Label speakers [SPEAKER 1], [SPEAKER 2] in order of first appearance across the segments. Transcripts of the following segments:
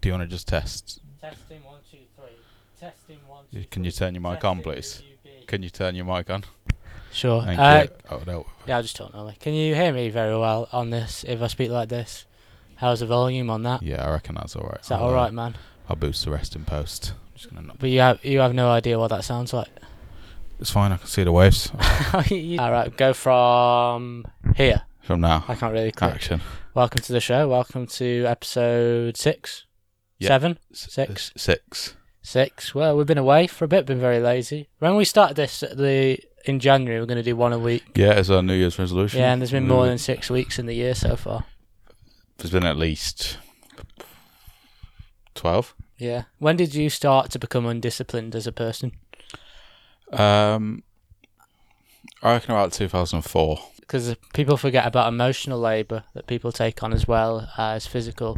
[SPEAKER 1] do you want to just test?
[SPEAKER 2] Testing one two three. Testing one two.
[SPEAKER 1] Y- Can you turn your mic on, please? Can you turn your mic on?
[SPEAKER 2] Sure.
[SPEAKER 1] Thank
[SPEAKER 2] Uh,
[SPEAKER 1] you. Oh no.
[SPEAKER 2] yeah, I'll just talk normally. Can you hear me very well on this? If I speak like this, how's the volume on that?
[SPEAKER 1] Yeah, I reckon that's all right.
[SPEAKER 2] Is that
[SPEAKER 1] I'll,
[SPEAKER 2] all
[SPEAKER 1] uh,
[SPEAKER 2] right, man?
[SPEAKER 1] I'll boost the rest in post. Just gonna knock.
[SPEAKER 2] But you have you have no idea what that sounds like.
[SPEAKER 1] It's fine. I can see the waves
[SPEAKER 2] You- all right, go from here.
[SPEAKER 1] from now.
[SPEAKER 2] I can't really click.
[SPEAKER 1] Action.
[SPEAKER 2] Welcome to the show. Welcome to episode six,
[SPEAKER 1] Yeah.
[SPEAKER 2] seven,
[SPEAKER 1] S-
[SPEAKER 2] Six.
[SPEAKER 1] s- Six.
[SPEAKER 2] six. Well, we've been away for a bit. Been very lazy. When we started this at the in January, we are going to do one a week.
[SPEAKER 1] Yeah, it's our New Year's resolution.
[SPEAKER 2] Yeah, and there's been more
[SPEAKER 1] We-
[SPEAKER 2] than six weeks in the year so far.
[SPEAKER 1] There's been at least twelve.
[SPEAKER 2] Yeah. When did you start to become undisciplined as a person?
[SPEAKER 1] Um, I reckon about 2004.
[SPEAKER 2] Because people forget about emotional labour that people take on as well as physical.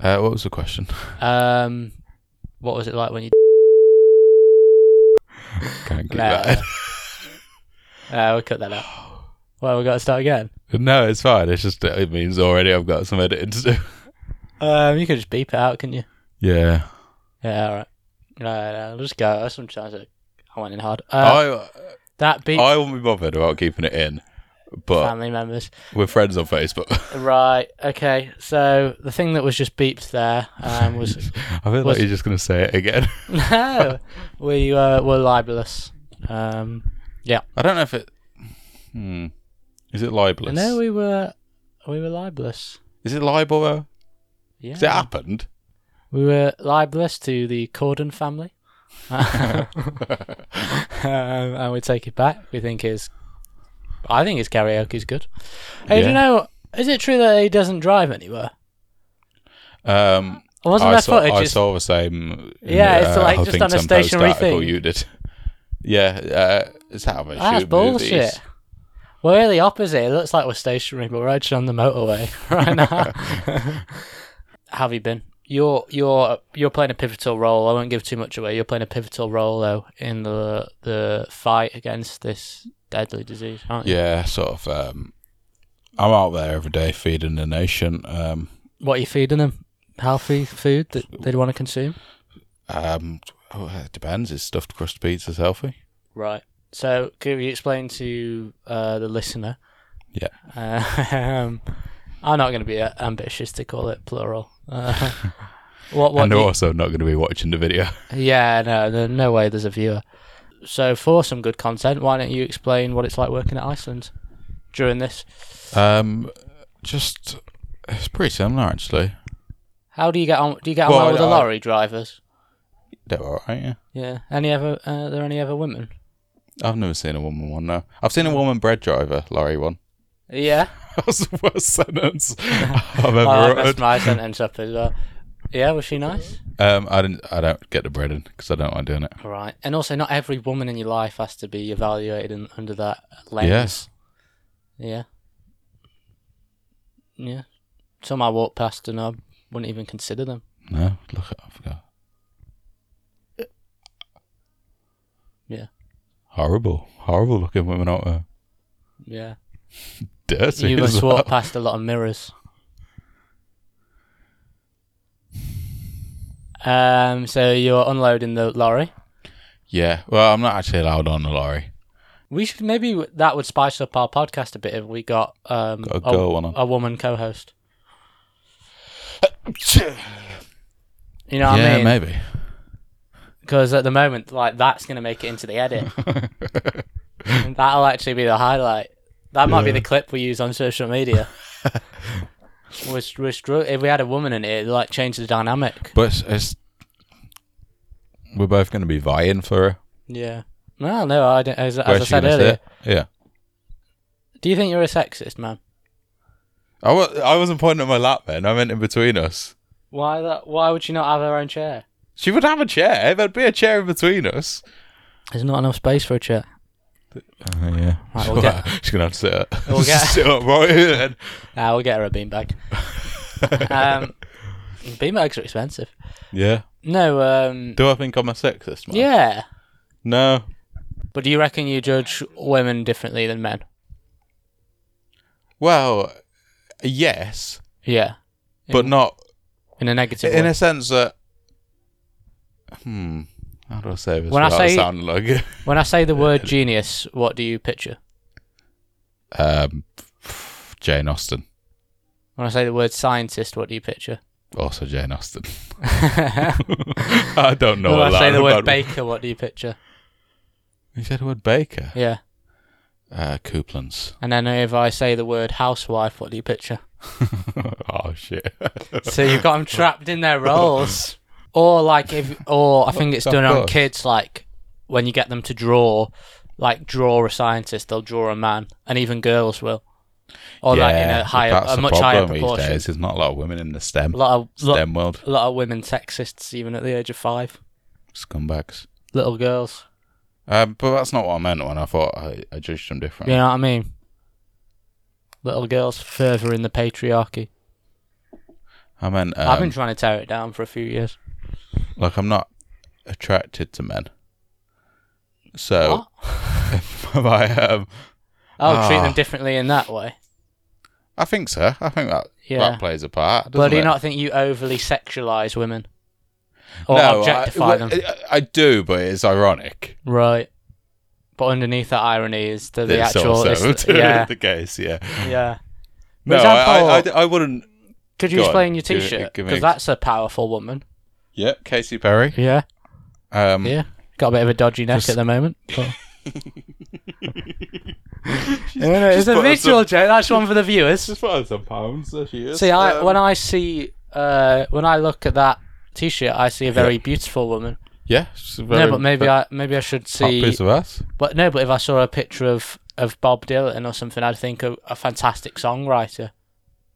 [SPEAKER 1] Uh, what was the question?
[SPEAKER 2] Um, what was it like when you?
[SPEAKER 1] Can't keep
[SPEAKER 2] Nah.
[SPEAKER 1] that.
[SPEAKER 2] Uh, we'll cut that out. Well, we got to start again.
[SPEAKER 1] no, it's fine. It's just it means already I've got some editing to do.
[SPEAKER 2] Uh, Um, you could just beep it out, couldn't you?
[SPEAKER 1] Yeah.
[SPEAKER 2] Yeah, all right. Right, I'll just go. Sometimes I, I went in hard. Uh,
[SPEAKER 1] I
[SPEAKER 2] that beat
[SPEAKER 1] I won't be bothered about keeping it in, but
[SPEAKER 2] family members.
[SPEAKER 1] we're friends on Facebook.
[SPEAKER 2] Right. Okay. So the thing that was just beeped there um, was
[SPEAKER 1] I feel like
[SPEAKER 2] Was-
[SPEAKER 1] you're just gonna say it again.
[SPEAKER 2] no, we uh, were libelous. Um,
[SPEAKER 1] I don't know if it. Hmm. Is it libelous?
[SPEAKER 2] no, we were we were libelous.
[SPEAKER 1] Is it libel though?
[SPEAKER 2] Yeah,
[SPEAKER 1] 'Cause it happened.
[SPEAKER 2] we were libelous to the Corden family, um, and we take it back. We think his, I think his karaoke is good. Hey, do
[SPEAKER 1] Yeah.
[SPEAKER 2] you know? Is it true that he doesn't drive anywhere?
[SPEAKER 1] Um,
[SPEAKER 2] Wasn't
[SPEAKER 1] I
[SPEAKER 2] there
[SPEAKER 1] saw,
[SPEAKER 2] footage?
[SPEAKER 1] I
[SPEAKER 2] just-
[SPEAKER 1] saw the same. uh, in
[SPEAKER 2] Yeah,
[SPEAKER 1] the,
[SPEAKER 2] it's like just on a
[SPEAKER 1] Huffington Post
[SPEAKER 2] stationary
[SPEAKER 1] article
[SPEAKER 2] thing.
[SPEAKER 1] You did. Yeah, uh, it's how they
[SPEAKER 2] that's
[SPEAKER 1] shoot
[SPEAKER 2] bullshit.
[SPEAKER 1] movies.
[SPEAKER 2] We're the opposite. It looks like we're stationary, but we're actually on the motorway right now. Have you been? You're you're you're playing a pivotal role. I won't give too much away. You're playing a pivotal role though in the the fight against this deadly disease, aren't you?
[SPEAKER 1] Yeah, sort of. Um, I'm out there every day feeding the nation. Um,
[SPEAKER 2] What are you feeding them? Healthy food that they'd want to consume.
[SPEAKER 1] um, oh, it depends. Is stuffed crust pizza healthy?
[SPEAKER 2] Right. So could you explain to uh, the listener?
[SPEAKER 1] Yeah.
[SPEAKER 2] Um, I'm not going to be uh, ambitious to call it plural. Uh, what what
[SPEAKER 1] and
[SPEAKER 2] do
[SPEAKER 1] they're
[SPEAKER 2] you-
[SPEAKER 1] also not going to be watching the video.
[SPEAKER 2] Yeah, no, no, no way. There's a viewer. So for some good content, why don't you explain what it's like working at Iceland during this?
[SPEAKER 1] Um, just it's pretty similar actually.
[SPEAKER 2] How do you get on? Do you get on
[SPEAKER 1] Well,
[SPEAKER 2] well with the
[SPEAKER 1] I-
[SPEAKER 2] lorry drivers?
[SPEAKER 1] They're all right. Yeah,
[SPEAKER 2] Yeah. Any other? Uh, are there any other women?
[SPEAKER 1] I've never seen a woman one. No, I've seen a woman bread driver lorry one.
[SPEAKER 2] Yeah.
[SPEAKER 1] That's the worst sentence I've ever
[SPEAKER 2] Well, I messed
[SPEAKER 1] uttered.
[SPEAKER 2] my sentence up as well. Yeah, was she nice?
[SPEAKER 1] Um, I didn't. I don't get the bread in because I don't like doing it.
[SPEAKER 2] All right. And also, not every woman in your life has to be evaluated in, under that lens.
[SPEAKER 1] Yes.
[SPEAKER 2] Yeah. Yeah. Some I walk past and I wouldn't even consider them.
[SPEAKER 1] No, look, at- I forgot.
[SPEAKER 2] Yeah.
[SPEAKER 1] Horrible, horrible looking women out there.
[SPEAKER 2] Yeah.
[SPEAKER 1] Dirty.
[SPEAKER 2] You
[SPEAKER 1] as
[SPEAKER 2] must
[SPEAKER 1] well.
[SPEAKER 2] walk past a lot of mirrors. Um, so you're unloading the lorry.
[SPEAKER 1] Yeah. Well, I'm not actually allowed on the lorry.
[SPEAKER 2] We should maybe that would spice up our podcast a bit if we got um
[SPEAKER 1] Got a girl on it.
[SPEAKER 2] a woman co-host. You know what
[SPEAKER 1] yeah,
[SPEAKER 2] I mean?
[SPEAKER 1] maybe.
[SPEAKER 2] Because at the moment, like that's gonna make it into the edit. And that'll actually be the highlight. That might be the clip we use on social media. we're, str- we're str- if we had a woman in it, it'd like change the dynamic.
[SPEAKER 1] But it's, it's we're both going to be vying for her.
[SPEAKER 2] Yeah. No, no, I don't, as, as I
[SPEAKER 1] she
[SPEAKER 2] said
[SPEAKER 1] gonna
[SPEAKER 2] earlier.
[SPEAKER 1] sit? Yeah.
[SPEAKER 2] Do you think you're a sexist, man?
[SPEAKER 1] I was I wasn't pointing at my lap then. I meant in between us.
[SPEAKER 2] Why that? Why would she not have her own chair?
[SPEAKER 1] She would have a chair. There'd be a chair in between us.
[SPEAKER 2] There's not enough space for a chair.
[SPEAKER 1] Uh, yeah.
[SPEAKER 2] Right, we'll get-
[SPEAKER 1] She's gonna have to sit up.
[SPEAKER 2] We'll get-
[SPEAKER 1] sit up right here then.
[SPEAKER 2] Ah, we'll get her a beanbag. um, beanbags are expensive.
[SPEAKER 1] Yeah.
[SPEAKER 2] No, um,
[SPEAKER 1] Do I think I'm a sexist, man?
[SPEAKER 2] yeah.
[SPEAKER 1] No.
[SPEAKER 2] But do you reckon you judge women differently than men?
[SPEAKER 1] Well, yes,
[SPEAKER 2] Yeah.
[SPEAKER 1] but not
[SPEAKER 2] in a negative
[SPEAKER 1] in
[SPEAKER 2] way.
[SPEAKER 1] a sense that. Hmm. How do I say this
[SPEAKER 2] When I
[SPEAKER 1] without
[SPEAKER 2] say-
[SPEAKER 1] sounding like a-
[SPEAKER 2] when I say the word genius, what do you picture?
[SPEAKER 1] um, Jane Austen?
[SPEAKER 2] When I say the word scientist, what do you picture?
[SPEAKER 1] Also Jane Austen.
[SPEAKER 2] when
[SPEAKER 1] I don't know.
[SPEAKER 2] I
[SPEAKER 1] a lot
[SPEAKER 2] say the word
[SPEAKER 1] about-
[SPEAKER 2] baker, what do you picture?
[SPEAKER 1] You said the word baker.
[SPEAKER 2] Yeah.
[SPEAKER 1] Uh, Kooplins.
[SPEAKER 2] And then if I say the word housewife, what do you picture?
[SPEAKER 1] oh shit.
[SPEAKER 2] So you've got them trapped in their roles. Or like if, or I think it's
[SPEAKER 1] Of
[SPEAKER 2] done on
[SPEAKER 1] course.
[SPEAKER 2] kids. Like when you get them to draw, like draw a scientist, they'll draw a man, and even girls will. Or like in a
[SPEAKER 1] but
[SPEAKER 2] higher,
[SPEAKER 1] that's
[SPEAKER 2] a
[SPEAKER 1] the
[SPEAKER 2] much higher
[SPEAKER 1] problem These
[SPEAKER 2] proportion.
[SPEAKER 1] days. There's not a lot of women in the STEM
[SPEAKER 2] A lot of lot,
[SPEAKER 1] STEM world.
[SPEAKER 2] a lot of women sexists, even at the age of five,
[SPEAKER 1] Scumbags.
[SPEAKER 2] little girls.
[SPEAKER 1] Um, but that's not what I meant when I thought I, I judged them differently.
[SPEAKER 2] You know what I mean? Little girls further in the patriarchy.
[SPEAKER 1] I meant um,
[SPEAKER 2] I've been trying to tear it down for a few years.
[SPEAKER 1] like I'm not attracted to men. So if I um,
[SPEAKER 2] Oh, treat
[SPEAKER 1] Ah.
[SPEAKER 2] them differently in that way.
[SPEAKER 1] I think so. I think that
[SPEAKER 2] Yeah.
[SPEAKER 1] that plays a part.
[SPEAKER 2] But
[SPEAKER 1] doesn't
[SPEAKER 2] do you
[SPEAKER 1] it?
[SPEAKER 2] not think you overly sexualize women or
[SPEAKER 1] No,
[SPEAKER 2] objectify
[SPEAKER 1] I,
[SPEAKER 2] them?
[SPEAKER 1] I, I do, but it's ironic.
[SPEAKER 2] right. But underneath that irony is the, the
[SPEAKER 1] It's
[SPEAKER 2] actual.
[SPEAKER 1] also
[SPEAKER 2] it's the- yeah,
[SPEAKER 1] the case. Yeah.
[SPEAKER 2] yeah. For
[SPEAKER 1] No, I, I,
[SPEAKER 2] example-
[SPEAKER 1] I, I wouldn't.
[SPEAKER 2] Could you
[SPEAKER 1] Go on,
[SPEAKER 2] explain your
[SPEAKER 1] give me-
[SPEAKER 2] T-shirt?
[SPEAKER 1] give me
[SPEAKER 2] Because
[SPEAKER 1] ex-
[SPEAKER 2] that's a powerful woman.
[SPEAKER 1] Yeah, Casey Perry.
[SPEAKER 2] Yeah,
[SPEAKER 1] Um,
[SPEAKER 2] yeah. Got a bit of a dodgy neck
[SPEAKER 1] Just-
[SPEAKER 2] at the moment. But... yeah, no, it's
[SPEAKER 1] just
[SPEAKER 2] a
[SPEAKER 1] put us
[SPEAKER 2] visual joke. That's one for the viewers.
[SPEAKER 1] Just put some pounds. There she is. Um,
[SPEAKER 2] See, I when I see uh, when I look at that T-shirt, I see a very beautiful woman.
[SPEAKER 1] yeah,
[SPEAKER 2] no, but maybe I maybe I should see.
[SPEAKER 1] piece of us.
[SPEAKER 2] But no, but if I saw a picture of, of Bob Dylan or something, I'd think a, a fantastic songwriter.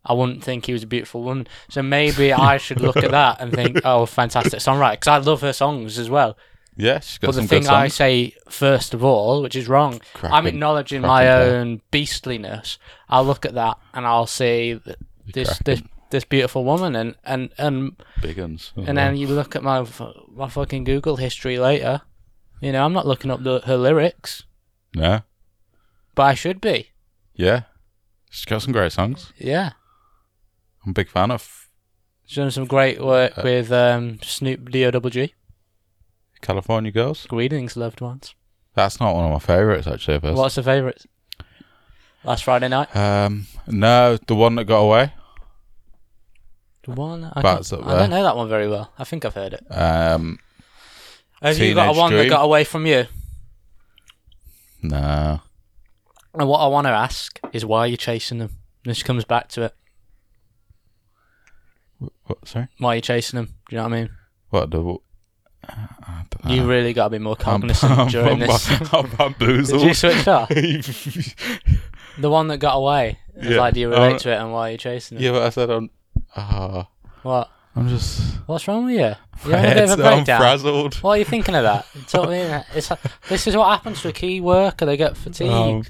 [SPEAKER 2] I wouldn't think he was a beautiful woman. So maybe I should look at that and think, oh, fantastic songwriter, because I love her songs as well.
[SPEAKER 1] Yeah, she's got
[SPEAKER 2] But
[SPEAKER 1] some
[SPEAKER 2] the thing
[SPEAKER 1] good
[SPEAKER 2] I
[SPEAKER 1] songs.
[SPEAKER 2] say first of all, which is wrong, I'm
[SPEAKER 1] Cracking-
[SPEAKER 2] acknowledging
[SPEAKER 1] cracking
[SPEAKER 2] my
[SPEAKER 1] player.
[SPEAKER 2] own beastliness. I'll look at that and I'll see th- this this
[SPEAKER 1] cracking.
[SPEAKER 2] this beautiful woman, and and and
[SPEAKER 1] Big Uh-huh. uns.
[SPEAKER 2] and then you look at my fu- my fucking Google history later. You know, I'm not looking up the, her lyrics.
[SPEAKER 1] yeah,
[SPEAKER 2] But I should be.
[SPEAKER 1] yeah, she's got some great songs.
[SPEAKER 2] Yeah.
[SPEAKER 1] I'm a big fan of
[SPEAKER 2] She's done some great work with um, Snoop D-O-double-G.
[SPEAKER 1] California Girls.
[SPEAKER 2] Greetings, loved ones.
[SPEAKER 1] That's not one of my favorites actually. Of hers.
[SPEAKER 2] What's her favourite? Last Friday night.
[SPEAKER 1] Um, no, the one that got away.
[SPEAKER 2] The one I,
[SPEAKER 1] Bats
[SPEAKER 2] can't-
[SPEAKER 1] Up
[SPEAKER 2] I
[SPEAKER 1] There.
[SPEAKER 2] don't know that one very well. I think I've heard it.
[SPEAKER 1] Um,
[SPEAKER 2] Have you got a
[SPEAKER 1] Teenage
[SPEAKER 2] one that
[SPEAKER 1] Dream.
[SPEAKER 2] got away from you?
[SPEAKER 1] no,
[SPEAKER 2] And what I want to ask is why are you chasing them? This comes back to it.
[SPEAKER 1] what? Sorry,
[SPEAKER 2] Why are you chasing them? Do you know what I mean?
[SPEAKER 1] what the? uh, I don't know.
[SPEAKER 2] You really got to be more
[SPEAKER 1] I'm-
[SPEAKER 2] cognizant
[SPEAKER 1] I'm
[SPEAKER 2] during this.
[SPEAKER 1] I'm
[SPEAKER 2] Did you
[SPEAKER 1] bamboozled.
[SPEAKER 2] switch off? The one that got away. It's
[SPEAKER 1] Yeah. Um,
[SPEAKER 2] Like, do you
[SPEAKER 1] I
[SPEAKER 2] relate
[SPEAKER 1] don't-
[SPEAKER 2] to it and why are you chasing them?
[SPEAKER 1] yeah, but I said I'm. ah,
[SPEAKER 2] What?
[SPEAKER 1] I'm just.
[SPEAKER 2] What's wrong with you? You having a bit
[SPEAKER 1] Heads,
[SPEAKER 2] of a
[SPEAKER 1] I'm
[SPEAKER 2] breakdown?
[SPEAKER 1] frazzled.
[SPEAKER 2] What are you thinking of that? Tell me, innit? It's like- this is what happens to a key worker. They get fatigued.
[SPEAKER 1] Um,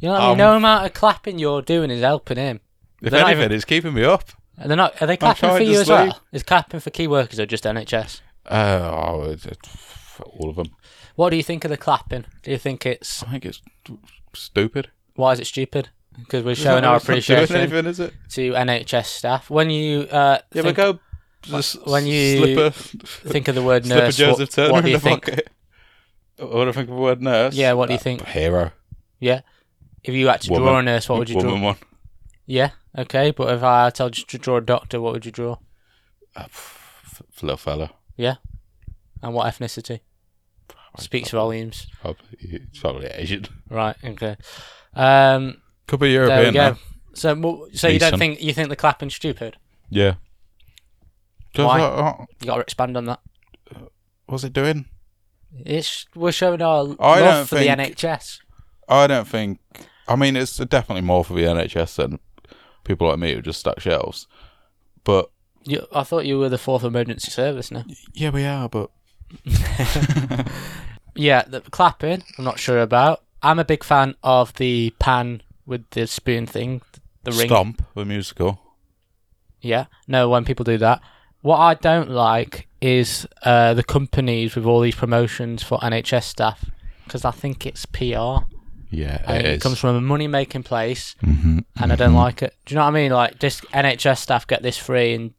[SPEAKER 2] you know what I mean?
[SPEAKER 1] um,
[SPEAKER 2] no amount of clapping you're doing is helping him.
[SPEAKER 1] If
[SPEAKER 2] They're not
[SPEAKER 1] anything,
[SPEAKER 2] even-
[SPEAKER 1] it's keeping me up.
[SPEAKER 2] And they're not. Are they clapping
[SPEAKER 1] trying
[SPEAKER 2] for
[SPEAKER 1] to
[SPEAKER 2] you as
[SPEAKER 1] sleep.
[SPEAKER 2] well? Is clapping for key workers or just NHS?
[SPEAKER 1] Uh, oh, it, it, f- all of them.
[SPEAKER 2] What do you think of the clapping? Do you think it's
[SPEAKER 1] I think it's st- stupid.
[SPEAKER 2] why is it stupid? Because we're showing our
[SPEAKER 1] It's not doing
[SPEAKER 2] appreciation
[SPEAKER 1] anything, is it?
[SPEAKER 2] to NHS staff. When you uh,
[SPEAKER 1] Yeah, but
[SPEAKER 2] think,
[SPEAKER 1] go. Just
[SPEAKER 2] when you
[SPEAKER 1] slipper,
[SPEAKER 2] think of the word
[SPEAKER 1] slipper
[SPEAKER 2] nurse,
[SPEAKER 1] Joseph
[SPEAKER 2] what,
[SPEAKER 1] Turner
[SPEAKER 2] what do
[SPEAKER 1] in
[SPEAKER 2] you
[SPEAKER 1] the
[SPEAKER 2] think?
[SPEAKER 1] pocket. What do I think of the word nurse?
[SPEAKER 2] Yeah, what do you think?
[SPEAKER 1] Hero.
[SPEAKER 2] Yeah, if you had to draw a
[SPEAKER 1] Woman.
[SPEAKER 2] nurse, what would you
[SPEAKER 1] Woman
[SPEAKER 2] draw?
[SPEAKER 1] one.
[SPEAKER 2] Yeah, okay. But if I told you to draw a doctor, what would you draw?
[SPEAKER 1] Uh, f- f- little fella.
[SPEAKER 2] Yeah. And what ethnicity? Speaks volumes.
[SPEAKER 1] Probably, it's probably Asian.
[SPEAKER 2] Right. Okay. Um,
[SPEAKER 1] Could be
[SPEAKER 2] there we
[SPEAKER 1] European.
[SPEAKER 2] go.
[SPEAKER 1] though.
[SPEAKER 2] So, mo- so you don't
[SPEAKER 1] Decent.
[SPEAKER 2] think you think the clapping's stupid?
[SPEAKER 1] Yeah. 'Cause
[SPEAKER 2] Why?
[SPEAKER 1] I- I-
[SPEAKER 2] You got to expand on that.
[SPEAKER 1] what's it doing?
[SPEAKER 2] It's we're showing our
[SPEAKER 1] I
[SPEAKER 2] love
[SPEAKER 1] don't
[SPEAKER 2] for
[SPEAKER 1] think-
[SPEAKER 2] the NHS.
[SPEAKER 1] I don't think. I mean, it's definitely more for the NHS than people like me who just stack shelves. But
[SPEAKER 2] You, I thought you were the fourth emergency service now.
[SPEAKER 1] yeah, we are. But
[SPEAKER 2] Yeah, the clapping. I'm not sure about. I'm a big fan of the pan with the spoon thing, the ring.
[SPEAKER 1] Stomp the musical.
[SPEAKER 2] Yeah. No, when people do that. What I don't like is uh, the companies with all these promotions for NHS staff because I think it's PR.
[SPEAKER 1] Yeah,
[SPEAKER 2] And
[SPEAKER 1] it
[SPEAKER 2] it
[SPEAKER 1] is.
[SPEAKER 2] comes from a money making place
[SPEAKER 1] Mhm.
[SPEAKER 2] and I don't like it. Do you know what I mean? Like, just NHS staff get this free and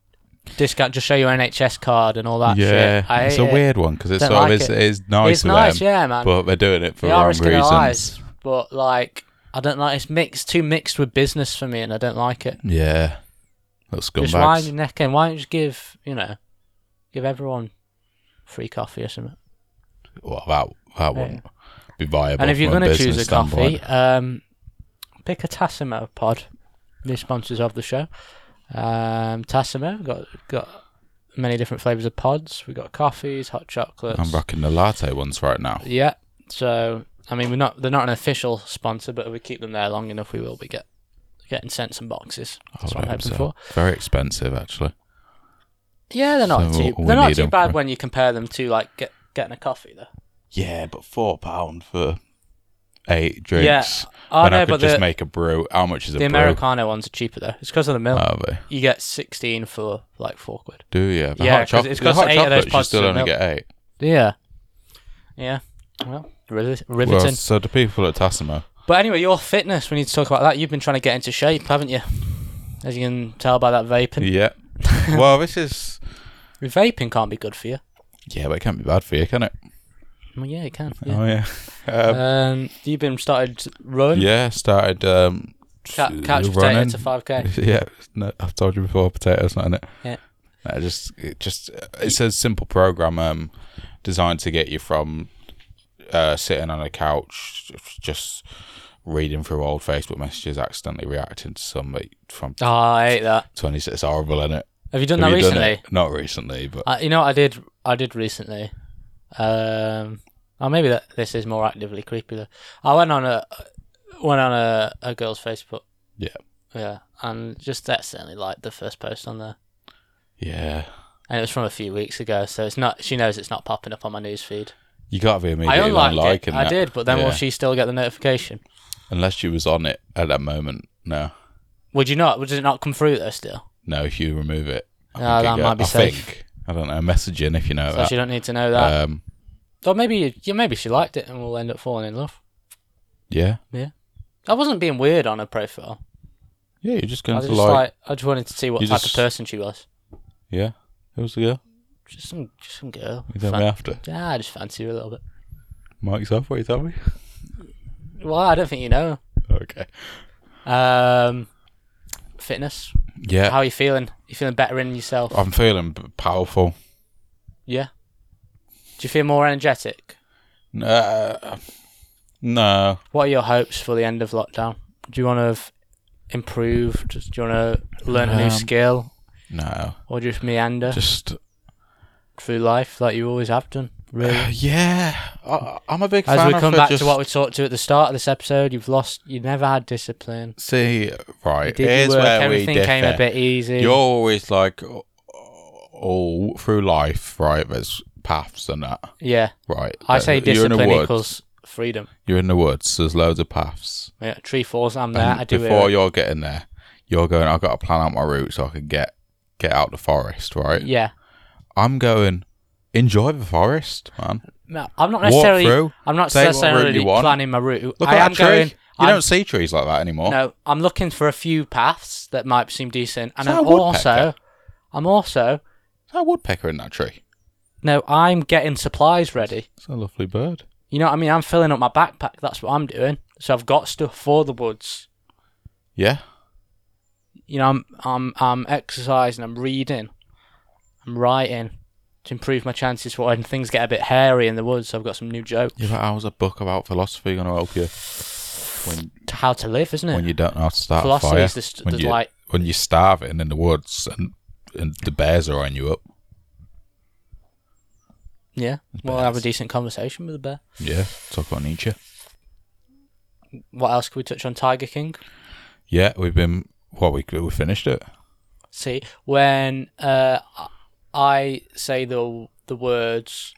[SPEAKER 2] discount, just show your NHS card and all that
[SPEAKER 1] yeah,
[SPEAKER 2] shit. I
[SPEAKER 1] it's a
[SPEAKER 2] hate it.
[SPEAKER 1] weird one because it's
[SPEAKER 2] Don't
[SPEAKER 1] sort
[SPEAKER 2] like
[SPEAKER 1] of is,
[SPEAKER 2] it.
[SPEAKER 1] is nice
[SPEAKER 2] It's
[SPEAKER 1] for
[SPEAKER 2] nice,
[SPEAKER 1] them,
[SPEAKER 2] yeah, man.
[SPEAKER 1] but they're doing it for
[SPEAKER 2] they
[SPEAKER 1] the
[SPEAKER 2] are
[SPEAKER 1] wrong
[SPEAKER 2] risking their
[SPEAKER 1] reasons.
[SPEAKER 2] lives, but like, I don't like. It's mixed, too mixed with business for me, and I don't like it.
[SPEAKER 1] Yeah, little
[SPEAKER 2] Just wind
[SPEAKER 1] scumbags.
[SPEAKER 2] your neck in. Why don't you just give, you know, give everyone free coffee or something?
[SPEAKER 1] Well, that that wouldn't be viable.
[SPEAKER 2] and if you're
[SPEAKER 1] from
[SPEAKER 2] going to
[SPEAKER 1] business
[SPEAKER 2] choose a
[SPEAKER 1] standpoint.
[SPEAKER 2] coffee, um, pick a Tassimo pod. New sponsors of the show. Um, Tassimo got got many different flavors of pods. We got coffees, hot chocolates.
[SPEAKER 1] I'm rocking the latte ones right now.
[SPEAKER 2] Yeah. So I mean, we're not they're not an official sponsor, but if we keep them there long enough, we will be get getting sent some boxes. That's
[SPEAKER 1] I
[SPEAKER 2] what I'm
[SPEAKER 1] hope so.
[SPEAKER 2] hoping for.
[SPEAKER 1] Very expensive, actually.
[SPEAKER 2] Yeah, they're not
[SPEAKER 1] So
[SPEAKER 2] too
[SPEAKER 1] we
[SPEAKER 2] they're not
[SPEAKER 1] need
[SPEAKER 2] too
[SPEAKER 1] them
[SPEAKER 2] bad
[SPEAKER 1] for-
[SPEAKER 2] when you compare them to like get, getting a coffee though.
[SPEAKER 1] Yeah, but four pound for eight drinks.
[SPEAKER 2] I
[SPEAKER 1] when
[SPEAKER 2] know,
[SPEAKER 1] I could
[SPEAKER 2] Oh, but
[SPEAKER 1] just
[SPEAKER 2] the-
[SPEAKER 1] make a brew. How much is a
[SPEAKER 2] The
[SPEAKER 1] brew? Uh,
[SPEAKER 2] Americano ones are cheaper though. It's because of the milk.
[SPEAKER 1] Are they?
[SPEAKER 2] you get sixteen for like four quid.
[SPEAKER 1] Do you? The
[SPEAKER 2] Yeah,
[SPEAKER 1] hot
[SPEAKER 2] 'cause
[SPEAKER 1] chocolate.
[SPEAKER 2] it's
[SPEAKER 1] the
[SPEAKER 2] cost
[SPEAKER 1] hot
[SPEAKER 2] eight of
[SPEAKER 1] chocolates,
[SPEAKER 2] those
[SPEAKER 1] you
[SPEAKER 2] pods
[SPEAKER 1] still
[SPEAKER 2] to
[SPEAKER 1] only
[SPEAKER 2] milk.
[SPEAKER 1] get eight.
[SPEAKER 2] Yeah. Yeah. Well, riv- riveting.
[SPEAKER 1] Well, so the people at Tassimo.
[SPEAKER 2] But anyway, your fitness, we need to talk about that. You've been trying to get into shape, haven't you? As you can tell by that vaping.
[SPEAKER 1] Yeah. well, this is.
[SPEAKER 2] Vaping can't be good for you.
[SPEAKER 1] Yeah, but it can't be bad for you, can it?
[SPEAKER 2] Well, yeah, it can. Yeah.
[SPEAKER 1] Oh yeah. Um,
[SPEAKER 2] Um, you've been started to run,
[SPEAKER 1] yeah, started um,
[SPEAKER 2] ca- couch potato
[SPEAKER 1] running.
[SPEAKER 2] to 5k.
[SPEAKER 1] yeah, no, I've told you before, potatoes, not in it.
[SPEAKER 2] Yeah.
[SPEAKER 1] No, just it just it's a simple program um, designed to get you from uh, sitting on a couch, just reading through old Facebook messages, accidentally reacting to somebody from
[SPEAKER 2] Oh, I hate that.
[SPEAKER 1] 26. It's horrible, isn't it?
[SPEAKER 2] Have you done
[SPEAKER 1] Have
[SPEAKER 2] that
[SPEAKER 1] you done
[SPEAKER 2] recently?
[SPEAKER 1] it? Not recently, but
[SPEAKER 2] I, you know what I did? I did recently. Um, oh, maybe that this is more actively creepy though. I went on a went on a, a girl's Facebook.
[SPEAKER 1] Yeah.
[SPEAKER 2] Yeah, and just accidentally liked the first post on there,
[SPEAKER 1] yeah,
[SPEAKER 2] and it was from a few weeks ago. So it's not. She knows it's not popping up on my newsfeed.
[SPEAKER 1] you gotta be
[SPEAKER 2] I
[SPEAKER 1] immediately
[SPEAKER 2] unliked
[SPEAKER 1] unliking
[SPEAKER 2] it. I
[SPEAKER 1] that,
[SPEAKER 2] did, but then
[SPEAKER 1] Yeah.
[SPEAKER 2] will she still get the notification?
[SPEAKER 1] unless you was on it at that moment. No,
[SPEAKER 2] Would you not? Would it not come through though? Still,
[SPEAKER 1] no, if you remove it, I
[SPEAKER 2] Ah,
[SPEAKER 1] think
[SPEAKER 2] that
[SPEAKER 1] it go-
[SPEAKER 2] might be
[SPEAKER 1] I
[SPEAKER 2] safe.
[SPEAKER 1] Think, I don't know messaging if you know
[SPEAKER 2] so
[SPEAKER 1] that.
[SPEAKER 2] she don't need to know that.
[SPEAKER 1] Um,
[SPEAKER 2] or maybe you, yeah, maybe she liked it, and we'll end up falling in love.
[SPEAKER 1] yeah,
[SPEAKER 2] I wasn't being weird on her profile.
[SPEAKER 1] yeah, you're just
[SPEAKER 2] I
[SPEAKER 1] going
[SPEAKER 2] was
[SPEAKER 1] to
[SPEAKER 2] just
[SPEAKER 1] like,
[SPEAKER 2] like, I just wanted to see what
[SPEAKER 1] You
[SPEAKER 2] type of
[SPEAKER 1] just-
[SPEAKER 2] person she was.
[SPEAKER 1] yeah. Who was the girl?
[SPEAKER 2] Just some, just some girl.
[SPEAKER 1] You tell
[SPEAKER 2] Fan-
[SPEAKER 1] me after.
[SPEAKER 2] yeah, I just fancy her a little bit.
[SPEAKER 1] Mike's off. What you tell me?
[SPEAKER 2] Well, I don't think you know.
[SPEAKER 1] Okay.
[SPEAKER 2] Um, fitness.
[SPEAKER 1] Yeah,
[SPEAKER 2] How are you feeling? You feeling better in yourself?
[SPEAKER 1] I'm feeling b- powerful.
[SPEAKER 2] yeah. Do you feel more energetic?
[SPEAKER 1] Uh, no,
[SPEAKER 2] What are your hopes for the end of lockdown? Do you want to have improved? Do you want to learn a new
[SPEAKER 1] Um,
[SPEAKER 2] skill,
[SPEAKER 1] no,
[SPEAKER 2] or just meander
[SPEAKER 1] just
[SPEAKER 2] through life like you always have done? Really.
[SPEAKER 1] yeah. I, I'm a big
[SPEAKER 2] As
[SPEAKER 1] fan
[SPEAKER 2] we come
[SPEAKER 1] of
[SPEAKER 2] back
[SPEAKER 1] just
[SPEAKER 2] to what we talked to at the start of this episode, you've lost. You never had discipline.
[SPEAKER 1] see right.
[SPEAKER 2] Did
[SPEAKER 1] Here's
[SPEAKER 2] you work?
[SPEAKER 1] where
[SPEAKER 2] Everything
[SPEAKER 1] we differ.
[SPEAKER 2] came a bit easy.
[SPEAKER 1] You're always like, oh, oh, through life, right? There's paths and that,
[SPEAKER 2] yeah.
[SPEAKER 1] right?
[SPEAKER 2] I say
[SPEAKER 1] You're in the
[SPEAKER 2] discipline
[SPEAKER 1] woods.
[SPEAKER 2] equals freedom.
[SPEAKER 1] You're in the woods. There's loads of paths.
[SPEAKER 2] Yeah, tree falls. I'm there.
[SPEAKER 1] And
[SPEAKER 2] Uh, I do
[SPEAKER 1] before
[SPEAKER 2] it.
[SPEAKER 1] you're getting there, you're going. I've got to plan out my route so I can get get out the forest, right?
[SPEAKER 2] Yeah,
[SPEAKER 1] I'm going. Enjoy the forest, man.
[SPEAKER 2] No, I'm not
[SPEAKER 1] Walk
[SPEAKER 2] necessarily.
[SPEAKER 1] through.
[SPEAKER 2] I'm not
[SPEAKER 1] Say what route
[SPEAKER 2] necessarily
[SPEAKER 1] you want.
[SPEAKER 2] planning my route.
[SPEAKER 1] Look
[SPEAKER 2] I
[SPEAKER 1] at
[SPEAKER 2] am
[SPEAKER 1] that tree.
[SPEAKER 2] going.
[SPEAKER 1] you
[SPEAKER 2] I'm,
[SPEAKER 1] don't see trees like that anymore.
[SPEAKER 2] No, I'm looking for a few paths that might seem decent, and
[SPEAKER 1] Is that
[SPEAKER 2] I'm
[SPEAKER 1] a woodpecker?
[SPEAKER 2] also, I'm also.
[SPEAKER 1] Is that a woodpecker in that tree?
[SPEAKER 2] No, I'm getting supplies ready.
[SPEAKER 1] It's a lovely bird.
[SPEAKER 2] You know what I mean? I'm filling up my backpack. That's what I'm doing. So I've got stuff for the woods.
[SPEAKER 1] Yeah.
[SPEAKER 2] You know, I'm I'm I'm exercising. I'm reading. I'm writing to improve my chances for when things get a bit hairy in the woods. I've got some new jokes.
[SPEAKER 1] Yeah, but how's a book about philosophy going to help you when
[SPEAKER 2] to how to live, isn't it?
[SPEAKER 1] when you don't know how to start a
[SPEAKER 2] Philosophy
[SPEAKER 1] fire?
[SPEAKER 2] is this-
[SPEAKER 1] when
[SPEAKER 2] this
[SPEAKER 1] you
[SPEAKER 2] like-
[SPEAKER 1] when you're starving in the woods and and the bears are eyeing you up.
[SPEAKER 2] yeah. Well, have a decent conversation with a bear.
[SPEAKER 1] Yeah. Talk about Nietzsche.
[SPEAKER 2] What else can we touch on? Tiger King.
[SPEAKER 1] Yeah, we've been. Well, we we finished it.
[SPEAKER 2] See, when uh, I say the the words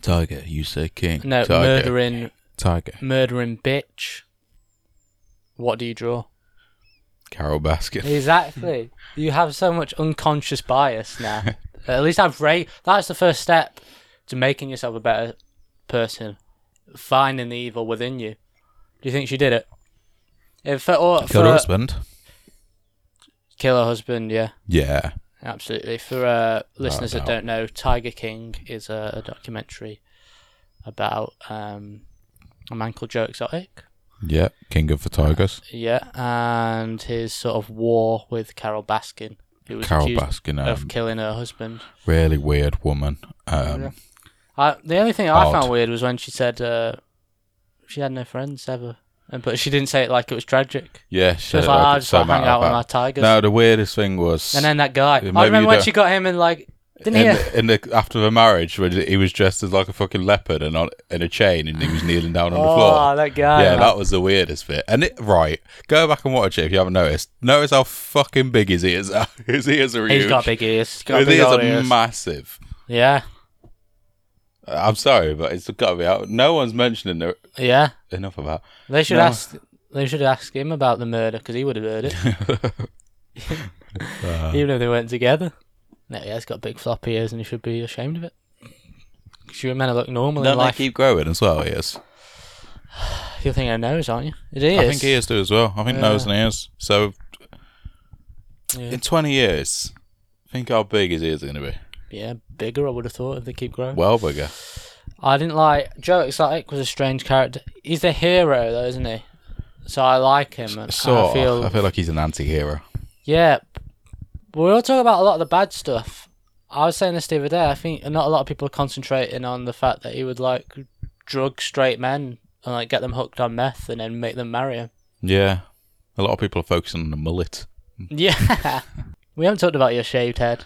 [SPEAKER 1] Tiger, you say king.
[SPEAKER 2] no
[SPEAKER 1] Tiger.
[SPEAKER 2] murdering
[SPEAKER 1] Tiger.
[SPEAKER 2] murdering bitch, what do you draw?
[SPEAKER 1] Carol Baskin.
[SPEAKER 2] Exactly. you have so much unconscious bias now. At least I've ra- That's the first step to making yourself a better person. Finding the evil within you. Do you think she did it? If for, or,
[SPEAKER 1] Got
[SPEAKER 2] for-
[SPEAKER 1] husband.
[SPEAKER 2] Kill her husband, yeah.
[SPEAKER 1] Yeah.
[SPEAKER 2] absolutely. For
[SPEAKER 1] Oh,
[SPEAKER 2] uh, listeners that
[SPEAKER 1] doubt.
[SPEAKER 2] don't know, Tiger King is a, a documentary about um, a man called Joe Exotic.
[SPEAKER 1] Yeah, King of the Tigers.
[SPEAKER 2] Yeah, and his sort of war with Carol Baskin, who was
[SPEAKER 1] Carol
[SPEAKER 2] accused
[SPEAKER 1] Baskin, um,
[SPEAKER 2] of killing her husband.
[SPEAKER 1] really weird woman. Um,
[SPEAKER 2] Yeah. I, the only thing I
[SPEAKER 1] Odd.
[SPEAKER 2] found weird was when she said uh, she had no friends ever, and but she didn't say it like it was tragic.
[SPEAKER 1] Yeah, she
[SPEAKER 2] She was
[SPEAKER 1] said,
[SPEAKER 2] like, "Ah,
[SPEAKER 1] like,
[SPEAKER 2] "I
[SPEAKER 1] it's
[SPEAKER 2] just want to
[SPEAKER 1] so
[SPEAKER 2] hang
[SPEAKER 1] matter
[SPEAKER 2] out with my
[SPEAKER 1] about-
[SPEAKER 2] tigers."
[SPEAKER 1] No, the weirdest thing was
[SPEAKER 2] and then that guy.
[SPEAKER 1] Maybe
[SPEAKER 2] I
[SPEAKER 1] you
[SPEAKER 2] remember when
[SPEAKER 1] don't-
[SPEAKER 2] she got him and like didn't
[SPEAKER 1] in,
[SPEAKER 2] he?
[SPEAKER 1] the, in the after the marriage when he was dressed as like a fucking leopard and on in a chain and he was kneeling down on the floor.
[SPEAKER 2] Oh, that guy.
[SPEAKER 1] Yeah, that was the weirdest bit. And it right, go back and watch it if you haven't noticed. Notice how fucking big his ears are. his ears are huge.
[SPEAKER 2] He's got big ears. He's got
[SPEAKER 1] his
[SPEAKER 2] big
[SPEAKER 1] ears
[SPEAKER 2] old
[SPEAKER 1] are
[SPEAKER 2] ears.
[SPEAKER 1] massive.
[SPEAKER 2] yeah,
[SPEAKER 1] I'm sorry, but it's got to be out. No one's mentioning the,
[SPEAKER 2] yeah.
[SPEAKER 1] enough about.
[SPEAKER 2] They should
[SPEAKER 1] No.
[SPEAKER 2] ask. They should ask him about the murder because he would have heard it, even if they weren't together. No, yeah, he's got big floppy ears, and he should be ashamed of it. Because you're meant to look normal
[SPEAKER 1] No,
[SPEAKER 2] in
[SPEAKER 1] they
[SPEAKER 2] life.
[SPEAKER 1] keep growing as well. Ears.
[SPEAKER 2] You're thinking of nose, aren't you? It is.
[SPEAKER 1] I think ears do as well. I think nose and ears. So
[SPEAKER 2] Yeah.
[SPEAKER 1] in 20 years, think how big his ears are going to be.
[SPEAKER 2] Yeah, bigger. I would have thought if they keep growing.
[SPEAKER 1] Well bigger.
[SPEAKER 2] I didn't like Joe Exotic was a strange character. He's a hero though, isn't he? So I like him. And
[SPEAKER 1] Sort
[SPEAKER 2] I
[SPEAKER 1] of.
[SPEAKER 2] feel
[SPEAKER 1] I feel like he's an anti-hero.
[SPEAKER 2] yeah. But we all talk about a lot of the bad stuff. I was saying this the other day. I think not a lot of people are concentrating on the fact that he would like drug straight men and like get them hooked on meth and then make them marry him.
[SPEAKER 1] Yeah. A lot of people are focusing on the mullet.
[SPEAKER 2] Yeah. we haven't talked about your shaved head.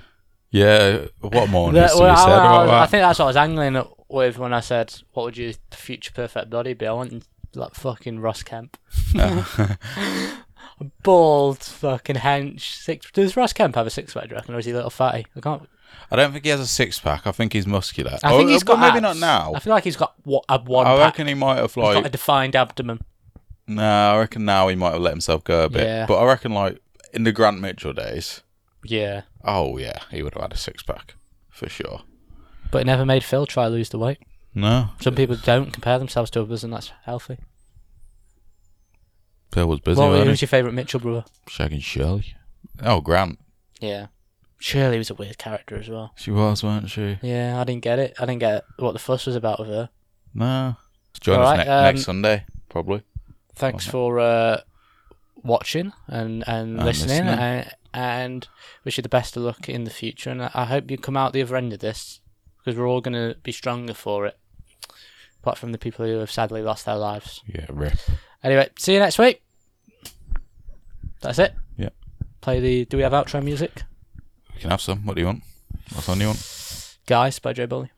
[SPEAKER 1] Yeah, what more
[SPEAKER 2] That-
[SPEAKER 1] needs to be
[SPEAKER 2] well,
[SPEAKER 1] said
[SPEAKER 2] I, I-
[SPEAKER 1] about that?
[SPEAKER 2] I think that's what I was angling at with when I said, "What would your future perfect body be?" I want like fucking Ross Kemp, bald fucking hench. Six. Does Ross Kemp have a six pack? Do you reckon, or is he a little fatty? I can't.
[SPEAKER 1] I don't think he has a six pack. I think he's muscular.
[SPEAKER 2] I
[SPEAKER 1] Or-
[SPEAKER 2] think he's
[SPEAKER 1] Oh, uh, well,
[SPEAKER 2] got.
[SPEAKER 1] maybe
[SPEAKER 2] abs.
[SPEAKER 1] not now.
[SPEAKER 2] I feel like he's got what a one
[SPEAKER 1] I
[SPEAKER 2] pack.
[SPEAKER 1] reckon he might have
[SPEAKER 2] He's got a
[SPEAKER 1] like.
[SPEAKER 2] defined abdomen.
[SPEAKER 1] No, I reckon now he might have let himself go a bit.
[SPEAKER 2] Yeah.
[SPEAKER 1] But I reckon like in the Grant Mitchell days.
[SPEAKER 2] Yeah,
[SPEAKER 1] Oh yeah, he would have had a six pack for sure.
[SPEAKER 2] but it never made Phil try to lose the weight.
[SPEAKER 1] No,
[SPEAKER 2] Some people don't compare themselves to others, and that's healthy.
[SPEAKER 1] Phil was busy.
[SPEAKER 2] What,
[SPEAKER 1] wasn't
[SPEAKER 2] who's
[SPEAKER 1] he?
[SPEAKER 2] your favourite Mitchell brother?
[SPEAKER 1] Shagging Shirley. Oh, Grant.
[SPEAKER 2] Yeah, Shirley was a weird character as well.
[SPEAKER 1] She was, weren't she?
[SPEAKER 2] Yeah, I didn't get it. I didn't get what the fuss was about with her.
[SPEAKER 1] No. Join
[SPEAKER 2] All
[SPEAKER 1] us
[SPEAKER 2] right,
[SPEAKER 1] ne-
[SPEAKER 2] um,
[SPEAKER 1] next Sunday, probably.
[SPEAKER 2] thanks for uh, watching and, and,
[SPEAKER 1] And
[SPEAKER 2] listening,
[SPEAKER 1] listening.
[SPEAKER 2] And, and wish you the best of luck in the future and I- i hope you come out the other end of this because we're all going to be stronger for it apart from the people who have sadly lost their lives
[SPEAKER 1] Yeah, rip.
[SPEAKER 2] anyway see you next week that's it
[SPEAKER 1] Yeah.
[SPEAKER 2] play the do we have outro music
[SPEAKER 1] We can have some. What do you want? What song do you want?
[SPEAKER 2] guys by joe bully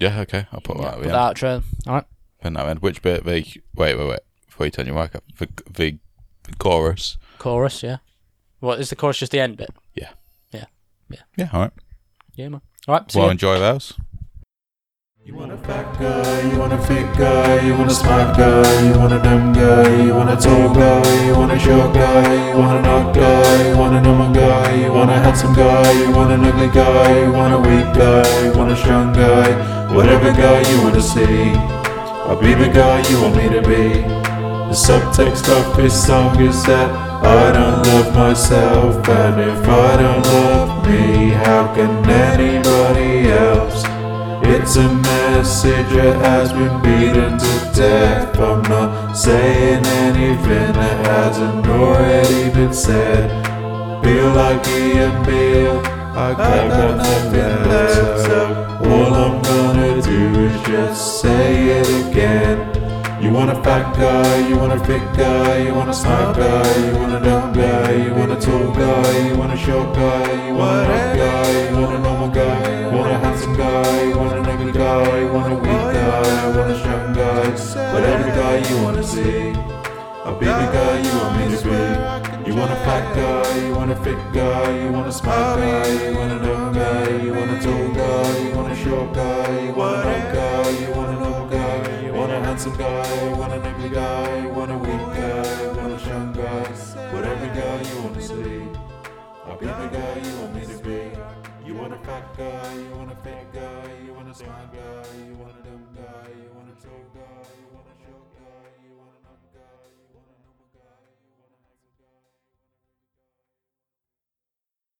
[SPEAKER 1] Yeah, okay. I'll put that at the
[SPEAKER 2] Put
[SPEAKER 1] end.
[SPEAKER 2] the outro all right
[SPEAKER 1] Pin that end. Which bit? The wait, wait, wait. Before you turn your mic up, the, the, the chorus.
[SPEAKER 2] chorus yeah what is the chorus just the end bit
[SPEAKER 1] Yeah.
[SPEAKER 2] Yeah. Yeah.
[SPEAKER 1] Yeah. All right.
[SPEAKER 2] yeah man all right see
[SPEAKER 1] well,
[SPEAKER 2] you.
[SPEAKER 1] enjoy those.
[SPEAKER 3] You want a fat guy, you want a fit guy, you want a smart guy, you want a dumb guy, you want a tall guy, you want a short guy, you want a knock guy, you want a normal guy, you want a handsome guy, you want an ugly guy, you want a weak guy, you want a strong guy, whatever guy you want to see, I'll be the guy you want me to be. The subtext of this song is that I don't love myself, and if I don't love me, how can anybody else? It's a message that has been beaten to death. I'm not saying anything that hasn't already been said. Feel like Ian Beale. I got nothing left. So all I'm gonna do is just say it again. You want a fat guy, you want a big guy, you want a smart guy, you want a dumb guy, you want a tall guy, you want a short guy, you want a rough guy, you want a normal guy, you want a handsome guy, you want an ugly guy, you want a weak guy, you want a strong guy, whatever guy you wanna see. A baby guy, you want me to be. You want a fat guy, you want a fit guy, you want a smart guy, you want a dumb guy, you want a tall guy, you want a short guy, you want a old guy, you want a little guy, you want a handsome guy, you want an ugly guy, you want a weak guy, you want a strong guy, whatever guy you want to see. A baby guy, you want me to be. You want a fat guy, you want a fit guy, you want a smart guy, you want a dumb guy, you want a tall guy. you want-